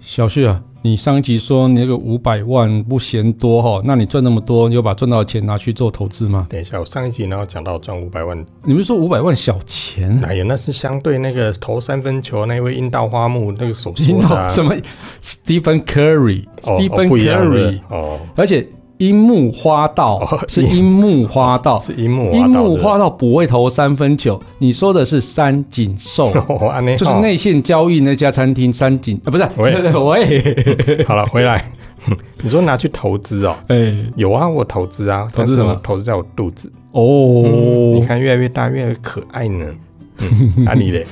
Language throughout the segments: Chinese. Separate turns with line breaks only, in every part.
小旭啊，你上一集说你那个五百万不嫌多哈、那你赚那么多，你有把赚到的钱拿去做投资吗？
等一下，我上一集然后讲到赚五百万，
你不是说五百万小钱？
哎呀，那是相对那个投三分球那位樱道花木那个手
樱
说的、
道，
啊
什么？Stephen Curry，Stephen
哦、不一样
Curry，
的哦，
而且樱木花道
哦
是樱木花道，
是樱木
哦樱木
花
花道不会投三分球，你说的是三井寿。
道的， 哦，安内
就是内线交易那家餐厅三井啊，不是，
喂
喂，
好了，回来， 你说拿去投资哦。
哎，
有啊，我投资啊，
投资
但
什
是
么
我投资在我肚子。
哦
嗯你，看越来越大，越来越可爱呢。嗯、啊你嘞？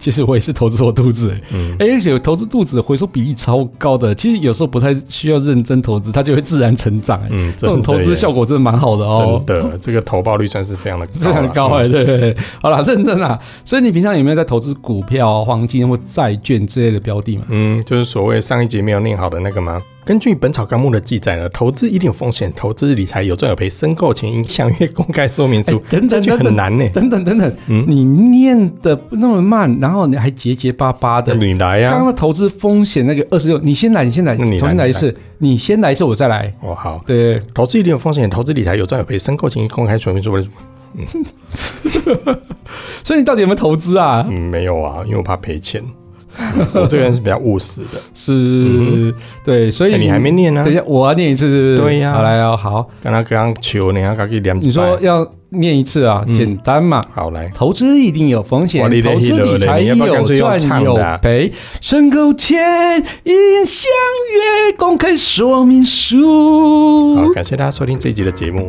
其实我也是投资我肚子，哎
嗯，
哎而且我投资肚子的回收比例超高的，其实有时候不太需要认真投资，它就会自然成长，哎，
嗯，
这种
真的
投资
耶
效果真的蛮好的哦
真。的，这个投报率算是非常的高
非
啦，嗯
常高哎、对对对，好啦，认真啊。所以你平常有没有在投资股票、啊黄金或债券之类的标的嘛？
嗯，就是所谓上一集没有念好的那个吗？根据《本草纲目》的记载呢，投资一定有风险，投资理财有赚有赔，申购前应详阅公开说明书。
哎等
这
等
句
等
很
等
难呢、
等等等等，
嗯
你念的那么慢，然后你还结结巴巴的。
你来
刚
啊呀、
刚的投资风险那个二十六，你先来，你先来，
那你来
重新来一次，你先来一次，我再来。
哦，好，
对，
投资一定有风险，投资理财有赚有赔，申购前应公开说明书。
所以你到底有没有投资啊？
嗯，没有啊，因为我怕 赔钱。嗯我这个人是比较务实的。
是，
嗯
对，所以
哎你还没念
啊
呢、
等一下，我要念一次，是不是？
对呀
好来哦，好，
刚刚刚刚求你，刚刚给两
你说要念一次啊，
嗯
简单嘛。
好来，
投资一定有风险
哇，你
投资
你
理财
你
有
要不要干脆用
赚
唱
有
的啊
赔，申购前应详阅公开说明
好，
书。
感谢大家收听这一集的节目。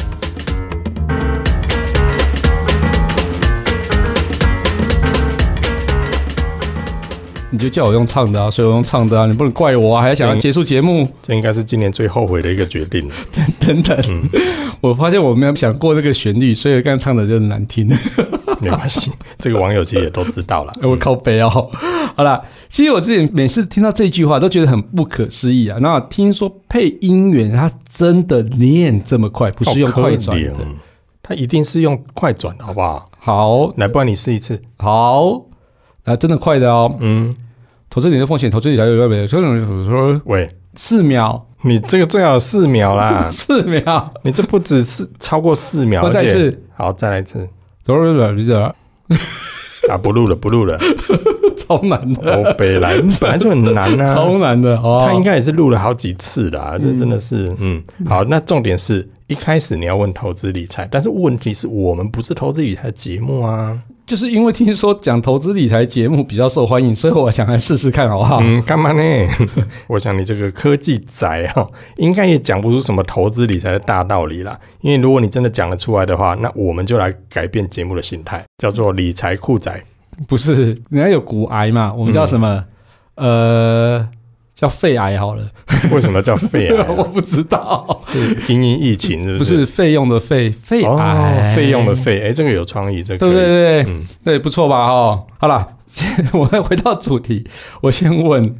你就叫我用唱的啊，所以我用唱的啊，你不能怪我啊，还想要结束节目
这应该是今年最后悔的一个决 定了。
等等。
嗯
我发现我没有想过这个旋律，所以刚刚唱的就很难听。
没关系，这个网友其实也都知道了。
哎我靠北哦！ 好啦，其实我自己每次听到这句话都觉得很不可思议啊。那听说配音员他真的念这么快，不是用
好可
快转的。
怜他一定是用快转的，好不 好？
好
来，不然你试一次。
好，啊，真的快的哦。
嗯，
投资你的风险，投资理财有没有？所以我说
喂，
四秒，。
你这个最好有四秒啦
四秒，
你这不只是超过四秒，
我
而
再
且
次，
好，再来一次
投资理财
啊！不录了，不录了。
超难的，
哦，北兰本来就很 难呐、
超难的哦。
他应该也是录了好几次啦、这真的是，嗯，好。那重点是一开始你要问投资理财，但是问题是我们不是投资理财的节目啊。
就是因为听说讲投资理财节目比较受欢迎，所以我想来试试看，好不好？
嗯，干嘛呢？ 我想你这个科技宅哈、哦， 应该也讲不出什么投资理财的大道理啦。因为如果你真的讲得出来的话，那我们就来改变节目的形态，叫做理财酷宅。
不是，人家有骨癌嘛，我们叫什么？呃，叫肺癌好了，
为什么叫肺 癌
我
啊？
不知道，
是 因应疫情是
不是费用的费，肺癌
哦，，费用的，费，哎、这个有创意，这个
对不
可以？
对？对、
嗯
对，不错吧？哦，好啦， 我们回到主题，我先问，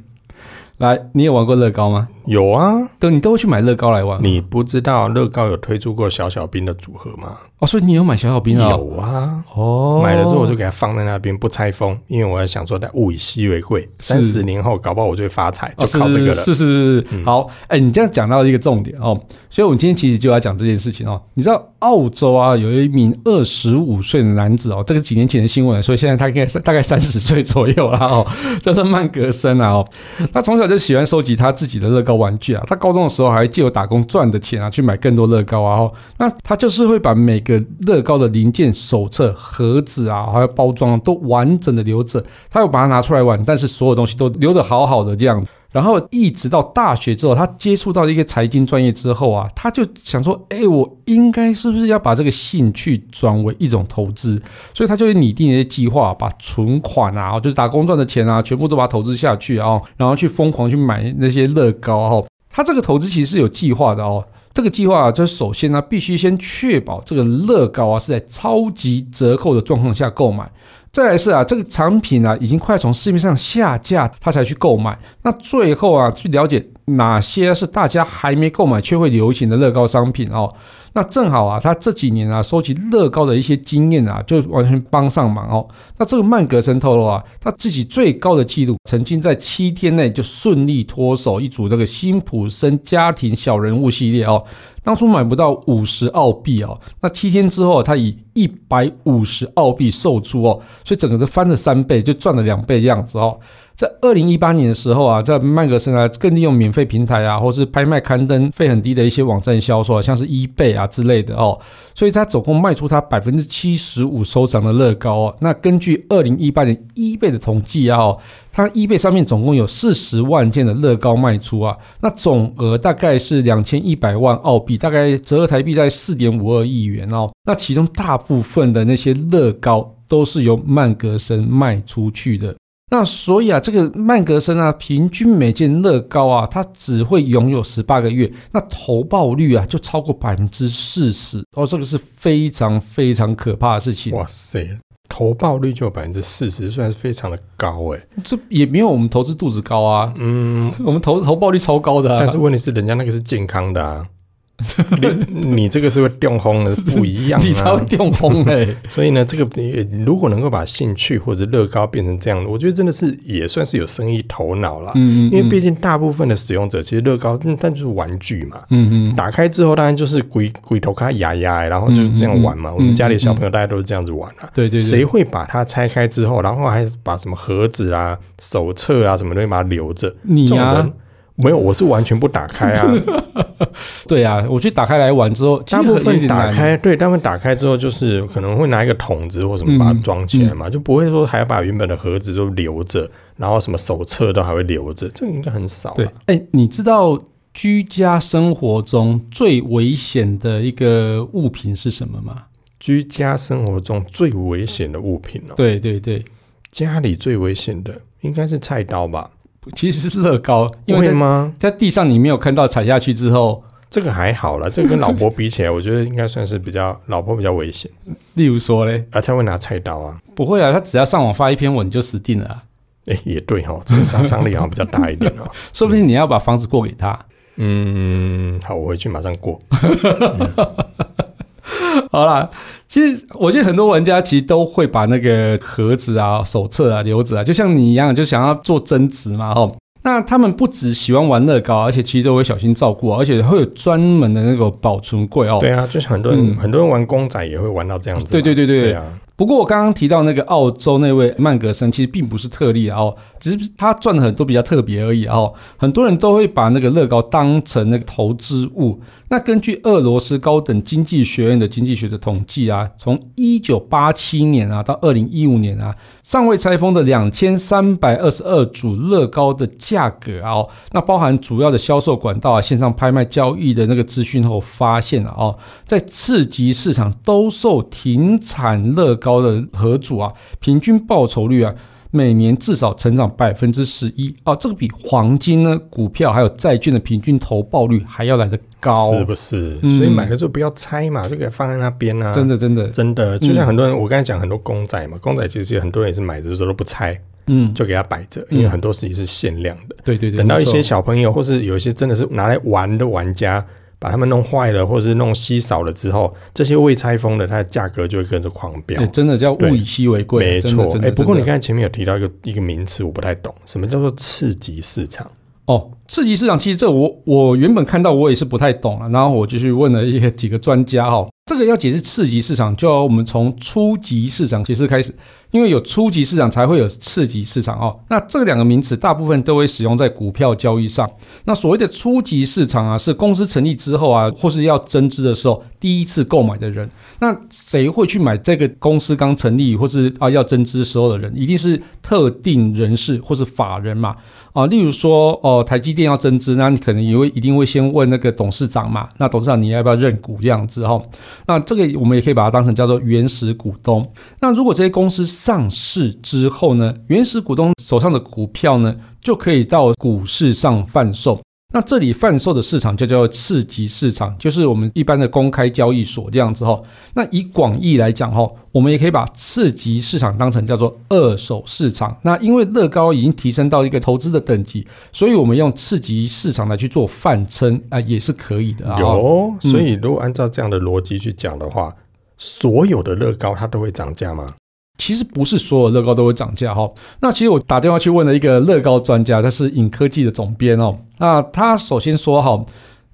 来，你有玩过乐高吗？
有啊，
都你都会去买乐高来玩
你不知道乐高有推出过小小兵的组合吗？
哦，所以你有买小小兵啊？
有啊，
哦，
买了之后我就给它放在那边不拆封，因为我还想说，在物以稀为贵，
是
三十年后搞不好我就会发财，
哦
就靠这个了。嗯
是是是是是，好，哎、你这样讲到一个重点哦，所以我们今天其实就要讲这件事情哦。你知道澳洲啊，有一名二十五岁的男子哦，这个是几年前的新闻，所以现在他应该是大概三十岁左右啦哦，叫做曼格森啊哦，他从小就喜欢收集他自己的乐高玩具啊，他高中的时候还借由打工赚的钱啊，去买更多乐高啊哦，那他就是会把每个乐高的零件、手册、盒子啊，还有包装都完整的留着，他又把它拿出来玩，但是所有东西都留得好好的这样子然后一直到大学之后，他接触到一个财经专业之后啊，他就想说，哎，我应该是不是要把这个兴趣转为一种投资？所以他就会拟定一些计划，把存款啊，就是打工赚的钱啊，全部都把它投资下啊去啊，然后去疯狂去买那些乐高哦。他这个投资其实是有计划的哦。这个计划啊就是首先呢、必须先确保这个乐高啊是在超级折扣的状况下购买。再来是啊，这个产品啊已经快从市面上下架，他才去购买。那最后啊，去了解哪些是大家还没购买却会流行的乐高商品哦。那正好啊，他这几年啊收集乐高的一些经验啊，就完全帮上忙哦。那这个曼格森透露啊，他自己最高的记录曾经在七天内就顺利脱手一组这个辛普森家庭小人物系列哦。当初买不到五十澳币哦，那七天之后他以一百五十澳币售出哦，所以整个是翻了三倍，就赚了两倍的样子哦。在二零一八年的时候啊，在曼格森啊，更利用免费平台啊，或是拍卖刊登费很低的一些网站销售、啊，像是 eBay 啊之类的哦。所以他总共卖出他百分之七十五收藏的乐高哦。那根据二零一八年 eBay 的统计啊、哦，它 eBay 上面总共有四十万件的乐高卖出啊，那总额大概是两千一百万澳币，大概折合台币在四点五二亿元哦。那其中大部分的那些乐高都是由曼格森卖出去的。那所以啊，这个曼格森啊，平均每件乐高啊，它只会拥有十八个月，那投报率啊就超过百分之四十哦，这个是非常非常可怕的事情。
哇塞，投报率就有百分之四十，算是非常的高哎、
这也没有我们投资肚子高啊，
嗯，
我们投投报率超高的、啊。
但是问题是，人家那个是健康的啊，你 你这个是会掉 轰的，不一样、啊。
你才会掉风哎、
所以呢，这个你如果能够把兴趣或者乐高变成这样的，我觉得真的是也算是有生意头脑啦。
嗯
因为毕竟大部分的使用者其实乐高，嗯，但就是玩具嘛。
嗯嗯
打开之后，当然就是鬼鬼头卡牙牙，然后就这样玩嘛。
嗯嗯嗯
我们家里的小朋友大家都是这样子玩啊。
对对对，
谁会把它拆开之后，然后还把什么盒子啊、手册啊什么东西把它留着？
你啊
这种
呀、
人没有，我是完全不打开 啊。
对啊，我去打开来玩之后，其实
大部
有
分
点
打
难
开，对，大部分打开之后就是可能会拿一个桶子或什
嗯
么把它装起来嘛，就不会说还把原本的盒子都留着，然后什么手册都还会留着，这个应该很少、啊。
对，哎、你知道居家生活中最危险的一个物品是什么吗？
居家生活中最危险的物品哦、
对对对，
家里最危险的应该是菜刀吧？
其实是乐高，因为
会
在
吗？
在地上你没有看到踩下去之后，
这个还好啦，这个跟老婆比起来， 我觉得应该算是比较老婆比较危险，
例如说嘞，
啊，她会拿菜刀啊。
不会啊，他只要上网发一篇文就死定了啊、
哎、也对哦，这个杀伤力好像比较大一点哦。
说不定你要把房子过给他。
嗯，好，我回去马上过。
好啦，其实我觉得很多玩家其实都会把那个盒子啊、手册啊留着啊，就像你一样，就想要做增值嘛，吼。那他们不只喜欢玩乐高，而且其实都会小心照顾啊，而且会有专门的那个保存柜哦。
对啊，就是很多人、
嗯
很多人玩公仔也会玩到这样子嘛。
对对对对
对啊，
不过我刚刚提到那个澳洲那位曼格森，其实并不是特例啊哦，只是他赚的很多比较特别而已啊哦。很多人都会把那个乐高当成那个投资物。那根据俄罗斯高等经济学院的经济学者统计啊，从一九八七年啊到二零一五年啊，尚未拆封的两千三百二十二组乐高的价格啊、哦，那包含主要的销售管道啊、线上拍卖交易的那个资讯后，发现啊哦，在次级市场兜售停产乐高的合组啊，平均报酬率啊。每年至少成长百分之十一哦，这个比黄金呢、股票还有债券的平均投报率还要来得高，
是不是？
嗯
所以买的时候不要拆嘛，就给它放在那边啊。
真的真的，
真的，就像很多人，我刚才讲很多公仔嘛，公仔其实很多人也是买的时候都不拆，
嗯，
就给它摆着，
嗯
因为很多事情是限量的。
对对对，
等到
没
一
错
些小朋友，或是有一些真的是拿来玩的玩家，把它们弄坏了，或是弄稀少了之后，这些未拆封的，它的价格就会跟着狂飙
对，。真的叫物
对
以稀为贵，
没
真的
错，
真
哎、
的
不过
真
你
的
刚才前面有提到一个一个名词，我不太懂，什么叫做次级市场？
哦，次级市场其实这我我原本看到我也是不太懂了，然后我就去问了一些几个专家哈、哦，这个要解释次级市场，就要我们从初级市场解释开始，因为有初级市场才会有次级市场哦。那这两个名词大部分都会使用在股票交易上。那所谓的初级市场啊，是公司成立之后啊，或是要增资的时候第一次购买的人。那谁会去买这个公司刚成立或是啊要增资时候的人？一定是特定人士或是法人嘛。啊，例如说哦、台积电要增资，那你可能也会一定会先问那个董事长嘛，那董事长你要不要认股这样子哈、哦？那这个我们也可以把它当成叫做原始股东。那如果这些公司上市之后呢，原始股东手上的股票呢，就可以到股市上贩售。那这里贩售的市场就叫做次级市场，就是我们一般的公开交易所这样子哈。那以广义来讲哈，我们也可以把次级市场当成叫做二手市场。那因为乐高已经提升到一个投资的等级，所以我们用次级市场来去做泛称啊、也是可以的啊。
有，所以如果按照这样的逻辑去讲的话，所有的乐高它都会涨价吗？
其实不是所有乐高都会涨价哈。那其实我打电话去问了一个乐高专家，他是影科技的总编哦。那他首先说哈，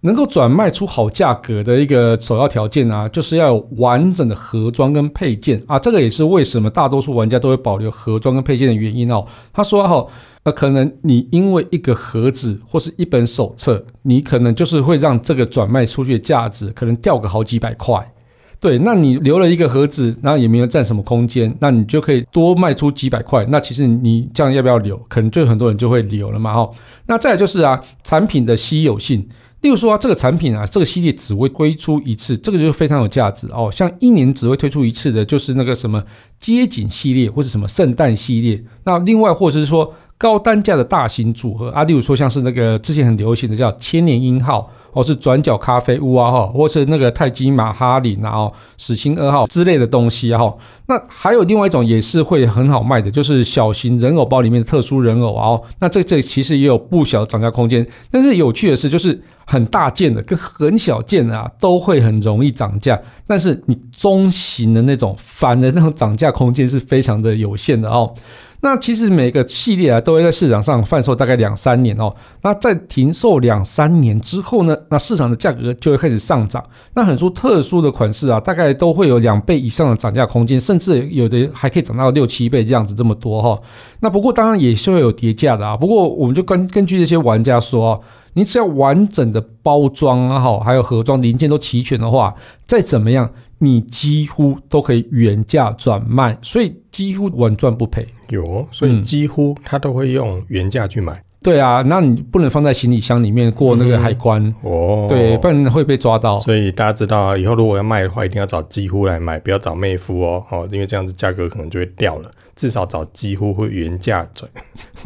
能够转卖出好价格的一个首要条件啊，就是要有完整的盒装跟配件啊。这个也是为什么大多数玩家都会保留盒装跟配件的原因哦。他说哈，呃，可能你因为一个盒子或是一本手册，你可能就是会让这个转卖出去的价值可能掉个好几百块。对，那你留了一个盒子，然后也没有占什么空间，那你就可以多卖出几百块。那其实你这样要不要留？可能就很多人就会留了嘛，哈。那再来就是啊，产品的稀有性，例如说啊，这个产品啊，这个系列只会推出一次，这个就是非常有价值哦。像一年只会推出一次的，就是那个什么街景系列或是什么圣诞系列。那另外或者是说高单价的大型组合啊，例如说像是那个之前很流行的叫千年鹰号。或哦是转角咖啡屋啊，哈，或是那个泰姬玛哈林啊，哦，史青二号之类的东西啊，哈。那还有另外一种也是会很好卖的，就是小型人偶包里面的特殊人偶啊，哦。那这这其实也有不小的涨价空间。但是有趣的是，就是很大件的跟很小件的啊，都会很容易涨价。但是你中型的那种，反而那种涨价空间是非常的有限的哦。那其实每个系列啊，都会在市场上贩售大概两三年哦。那在停售两三年之后呢，那市场的价格就会开始上涨。那很多特殊的款式啊，大概都会有两倍以上的涨价空间，甚至有的还可以涨到六七倍这样子这么多哈、那不过当然也是会有叠价的啊。不过我们就根根据这些玩家说、啊，你只要完整的包装啊，哈，还有盒装零件都齐全的话，再怎么样，你几乎都可以原价转卖，所以几乎稳赚不赔。
有，所以
嗯
几乎它都会用原价去买。
对啊，那你不能放在行李箱里面过那个海关，
哦，
对，不然会被抓到。
所以大家知道啊，以后如果要卖的话，一定要找几乎来买，不要找妹夫哦，哦，因为这样子价格可能就会掉了。至少找几乎会原价转，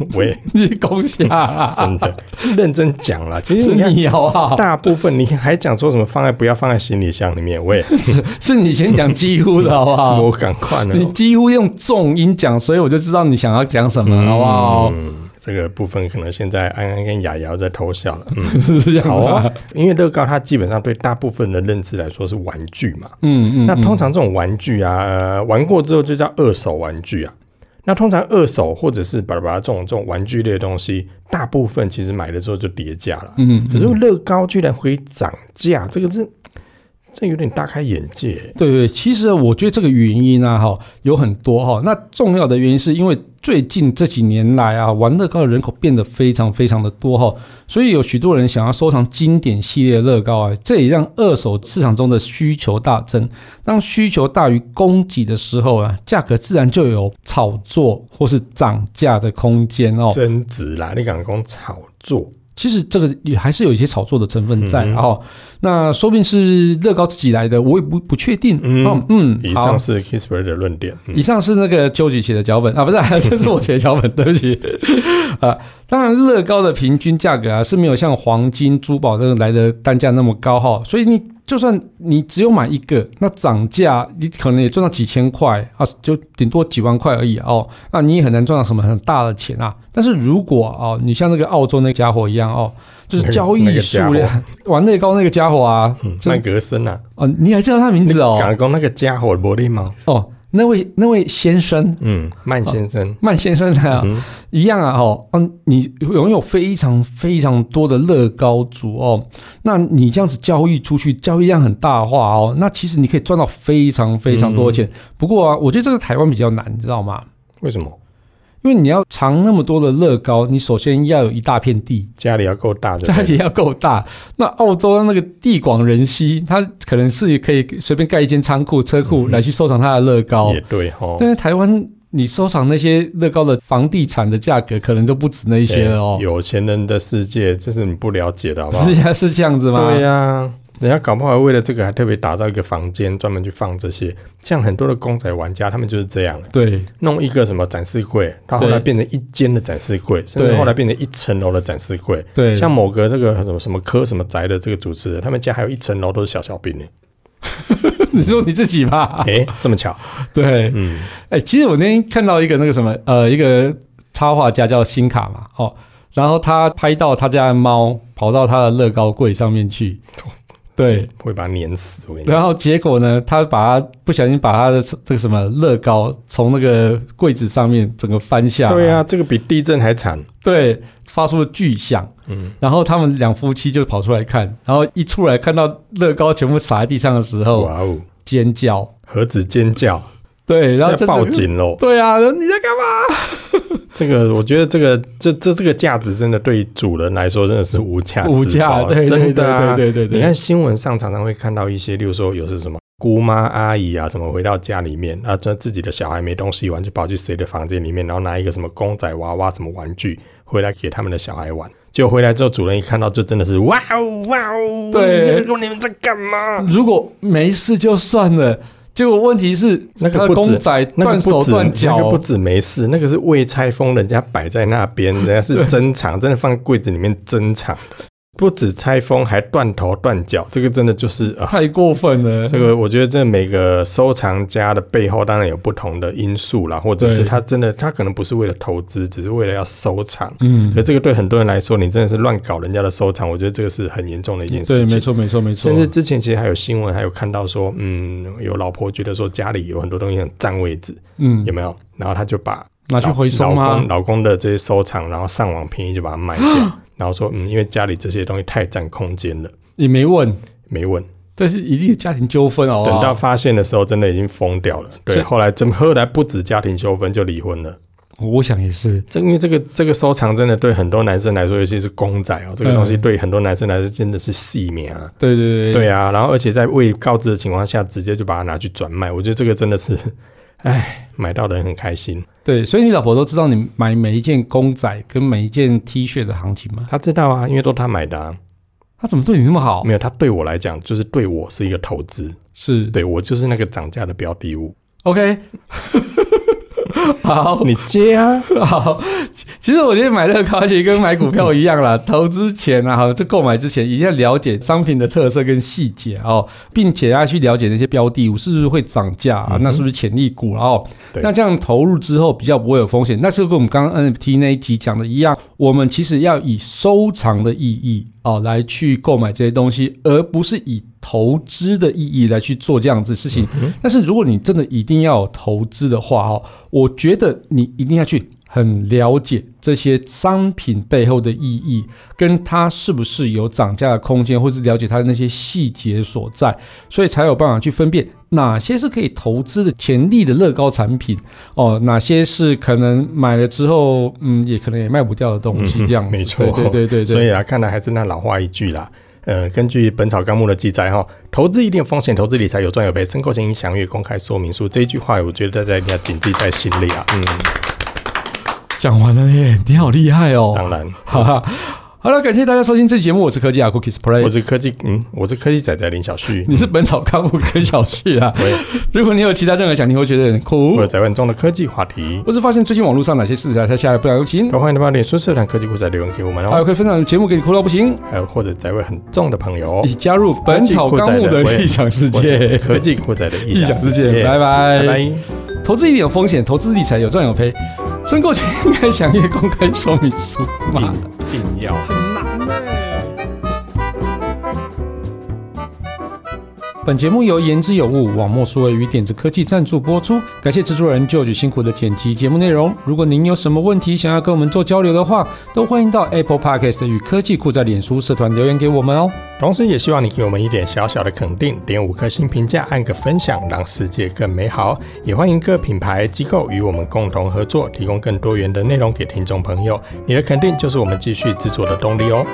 我也
你恭喜啊，
真 的认真讲了。其实
是
你看，
你好不好？
大部分你还讲说什么放在不要放在行李箱里面，我也
是你先讲几乎的好不 好？
我赶快呢。
啊你几乎用重音讲，所以我就知道你想要讲什么，好不好？
嗯，这个部分可能现在安安跟雅雅在偷笑了。嗯，
是这样子
好
吧？
啊，因为乐高它基本上对大部分的认知来说是玩具嘛。
嗯嗯，
那通
嗯
常这种玩具啊，呃，玩过之后就叫二手玩具啊。那通常二手或者是巴拉巴拉这种这种玩具类的东西，大部分其实买了之后就叠价了。
嗯，可
可是
是
乐高居然会涨价，这个是这有点大开眼界。
对对，其实我觉得这个原因啊，哈，有很多哈。那重要的原因是因为最近这几年来啊，玩乐高的人口变得非常非常的多哈，所以有许多人想要收藏经典系列的乐高啊，这也让二手市场中的需求大增。当需求大于供给的时候啊，价格自然就有炒作或是涨价的空间哦。
增值啦，你敢讲炒作？
其实这个也还是有一些炒作的成分在，然、后、那说不定是乐高自己来的，我也不不确定。
嗯
哦嗯，
以
好
上是 Kisper 的论点。嗯
以上是那个纠举写的脚本啊，不是、 啊，这是我写的脚本， 对不起啊。当然，乐高的平均价格啊是没有像黄金、珠宝这种来的单价那么高哈，所以你就算你只有买一个，那涨价你可能也赚到几千块啊，就顶多几万块而已啊哦，那你也很难赚到什么很大的钱啊。但是如果哦，你像那个澳洲那个家伙一样哦，就是交
那
易
个
数
家伙
量、玩乐高那个家伙啊，
嗯，
真
麦格森啊，
哦，你还知道他名字哦？
敢讲那个家伙玻璃猫？
哦，那位那位先生。
嗯，曼先生。
曼先生啊，
嗯，
一样啊，哦，嗯，你拥有非常非常多的乐高族哦，那你这样子交易出去，交易量很大化哦，那其实你可以赚到非常非常多的
嗯
钱。不过啊，我觉得这个台湾比较难，你知道吗？
为什么
因为你要藏那么多的乐高，你首先要有一大片地，
家里要够大就对
家
了？
里要够大。那澳洲那个地广人稀，它可能是可以随便盖一间仓库、车库
嗯
来去收藏它的乐高。
也对哦。
但是台湾，你收藏那些乐高的房地产的价格，可能都不止那一些了哦。
哎有钱人的世界，这是你不了解的，好不好？
是呀，是这样子吗？
对呀、人家搞不好为了这个还特别打造一个房间专门去放这些，像很多的公仔玩家他们就是这样，
对
弄一个什么展示柜，它后
对
来变成一间的展示柜，甚至
对
后来变成一层楼的展示柜。
对，
像某个这个什么什么科什么宅的这个主持人，他们家还有一层楼都是小小兵呢。
你说你自己 吧，
哎、这么巧，
对，
嗯，
哎、其实我那天看到一个那个什么，呃，一个插画家叫辛卡嘛，哦，然后他拍到他家的猫跑到他的乐高柜上面 去，对，
会把它碾死。我跟你讲，
然后结果呢，他把他不小心把他的这个什么乐高从那个柜子上面整个翻下来，
对啊，这个比地震还惨。
对，发出了巨响，
嗯，
然后他们两夫妻就跑出来看，然后一出来看到乐高全部撒在地上的时候，
哇哦，
尖叫，
何止尖叫，
对，然后
在
这
报
整个，
警喽！
对啊，然后你在干嘛？
这个我觉得这个这这这个价值真的对主人来说真的是无价之宝啊
无价，对对对
真的啊！
对对对对，
你看新闻上常常会看到一些，例如说有是什么姑妈阿姨啊，什么回到家里面啊，这自己的小孩没东西玩，就跑去谁的房间里面，然后拿一个什么公仔娃娃什么玩具回来给他们的小孩玩。结果回来之后，主人一看到，就真的是哇哦哇哦，
对
你们在你们在干嘛？
如果没事就算了，结果问题是
那个
他的
不止
公仔
那个
断
不
手
止，
断脚，
那个不止没事，那个是未拆封，人家摆在那 边，人家是珍藏，真的放柜子里面珍藏的。不止拆封，还断头断脚，这个真的就是啊，
太过分了。
这个我觉得这每个收藏家的背后当然有不同的因素啦，或者是
对
他真的他可能不是为了投资，只是为了要收藏。
嗯
可，这个对很多人来说，你真的是乱搞人家的收藏，我觉得这个是很严重的一件事
对，
情。
没错，没错，没错
甚。至之前其实还有新闻，还有看到说，嗯，有老婆觉得说家里有很多东西很占位置，
嗯
有，没有？然后他就把
拿去
老
回收
老
吗
公？老公的这些收藏，然后上网便宜就把它卖掉，
啊
然后说，嗯，因为家里这些东西太占空间了，
你没问，
没问。
这是一定有家庭纠纷哦。
等到发现的时候，真的已经疯掉了。
所
对，
以
后来真后来不止家庭纠纷就离婚了。
我想也是，
这因为这个这个收藏真的对很多男生来说，尤其是公仔哦，这个东西
嗯
对很多男生来说真的是细命啊。
对对对
对啊，然后而且在未告知的情况下，直接就把它拿去转卖，我觉得这个真的是， 唉，买到的人很开心。
对，所以你老婆都知道你买每一件公仔跟每一件 T 恤的行情吗？
他知道啊，因为都是他买的、啊，
她怎么对你那么好？
没有他对我来讲，就是对我是一个投资，
是
对我就是那个涨价的标的物。
，OK，好，
你 接啊，
好，其其实我觉得买乐高其实跟买股票一样 啦，投资前啊，好，这购买之前一定要了解商品的特色跟细节哦，并且要去了解那些标的物是不是会涨价啊，
嗯哼
那是不是潜力股啊哦。
对
那这样投入之后比较不会有风险，那是跟我们刚刚 NFT 那一集讲的一样，我们其实要以收藏的意义哦来去购买这些东西，而不是以投资的意义来去做这样子的事情。但是如果你真的一定要有投资的话哦，我觉得你一定要去很了解这些商品背后的意义，跟它是不是有涨价的空间，或是了解它的那些细节所在，所以才有办法去分辨哪些是可以投资的潜力的乐高产品哦，哪些是可能买了之后，嗯，也可能也卖不掉的东西，
嗯
这样子。
没错
对对对对对。
所以啊，看来还是那老话一句啦。呃，根据《本草纲目》的记载，哈，投资一定有风险，投资理财有赚有赔，申购前应详阅公开说明书。这一句话，我觉得大家一定要谨记在心里啊。嗯，
讲完了耶，你好厉害哦！
当然，
好啦，好了，感谢大家收听这期节目，我是科技啊 Cookies Play，
我是科技，嗯，我是科技仔仔林小旭，
你是本草纲目跟小旭啊
我也。
如果你有其他任何想听或觉得很酷
我，有在问中的科技话题。
或是发现最近网络上哪些事才啊才下来不了行，
都欢迎到脸书社团科技股仔留言给我们
还有
哦，
可以分享节目给你哭到不行，
还有或者宅位很重的朋友
一，起加入本草纲目的异想世界。
科技股仔的
异
异
想
想
世
世
界，
界，
拜
拜
拜。
拜。
投资一定有风险，投资理财有赚有赔。申购前应该详阅公开说明书嘛。
定定要。
本节目由言之有物网络数位与点子科技赞助播出，感谢制作人 George 辛苦的剪辑节目内容。如果您有什么问题想要跟我们做交流的话，都欢迎到 Apple Podcast 与科技酷在脸书社团留言给我们哦。
同时，也希望你给我们一点小小的肯定，点五颗星评价，按个分享，让世界更美好。也欢迎各品牌机构与我们共同合作，提供更多元的内容给听众朋友。你的肯定就是我们继续制作的动力哦。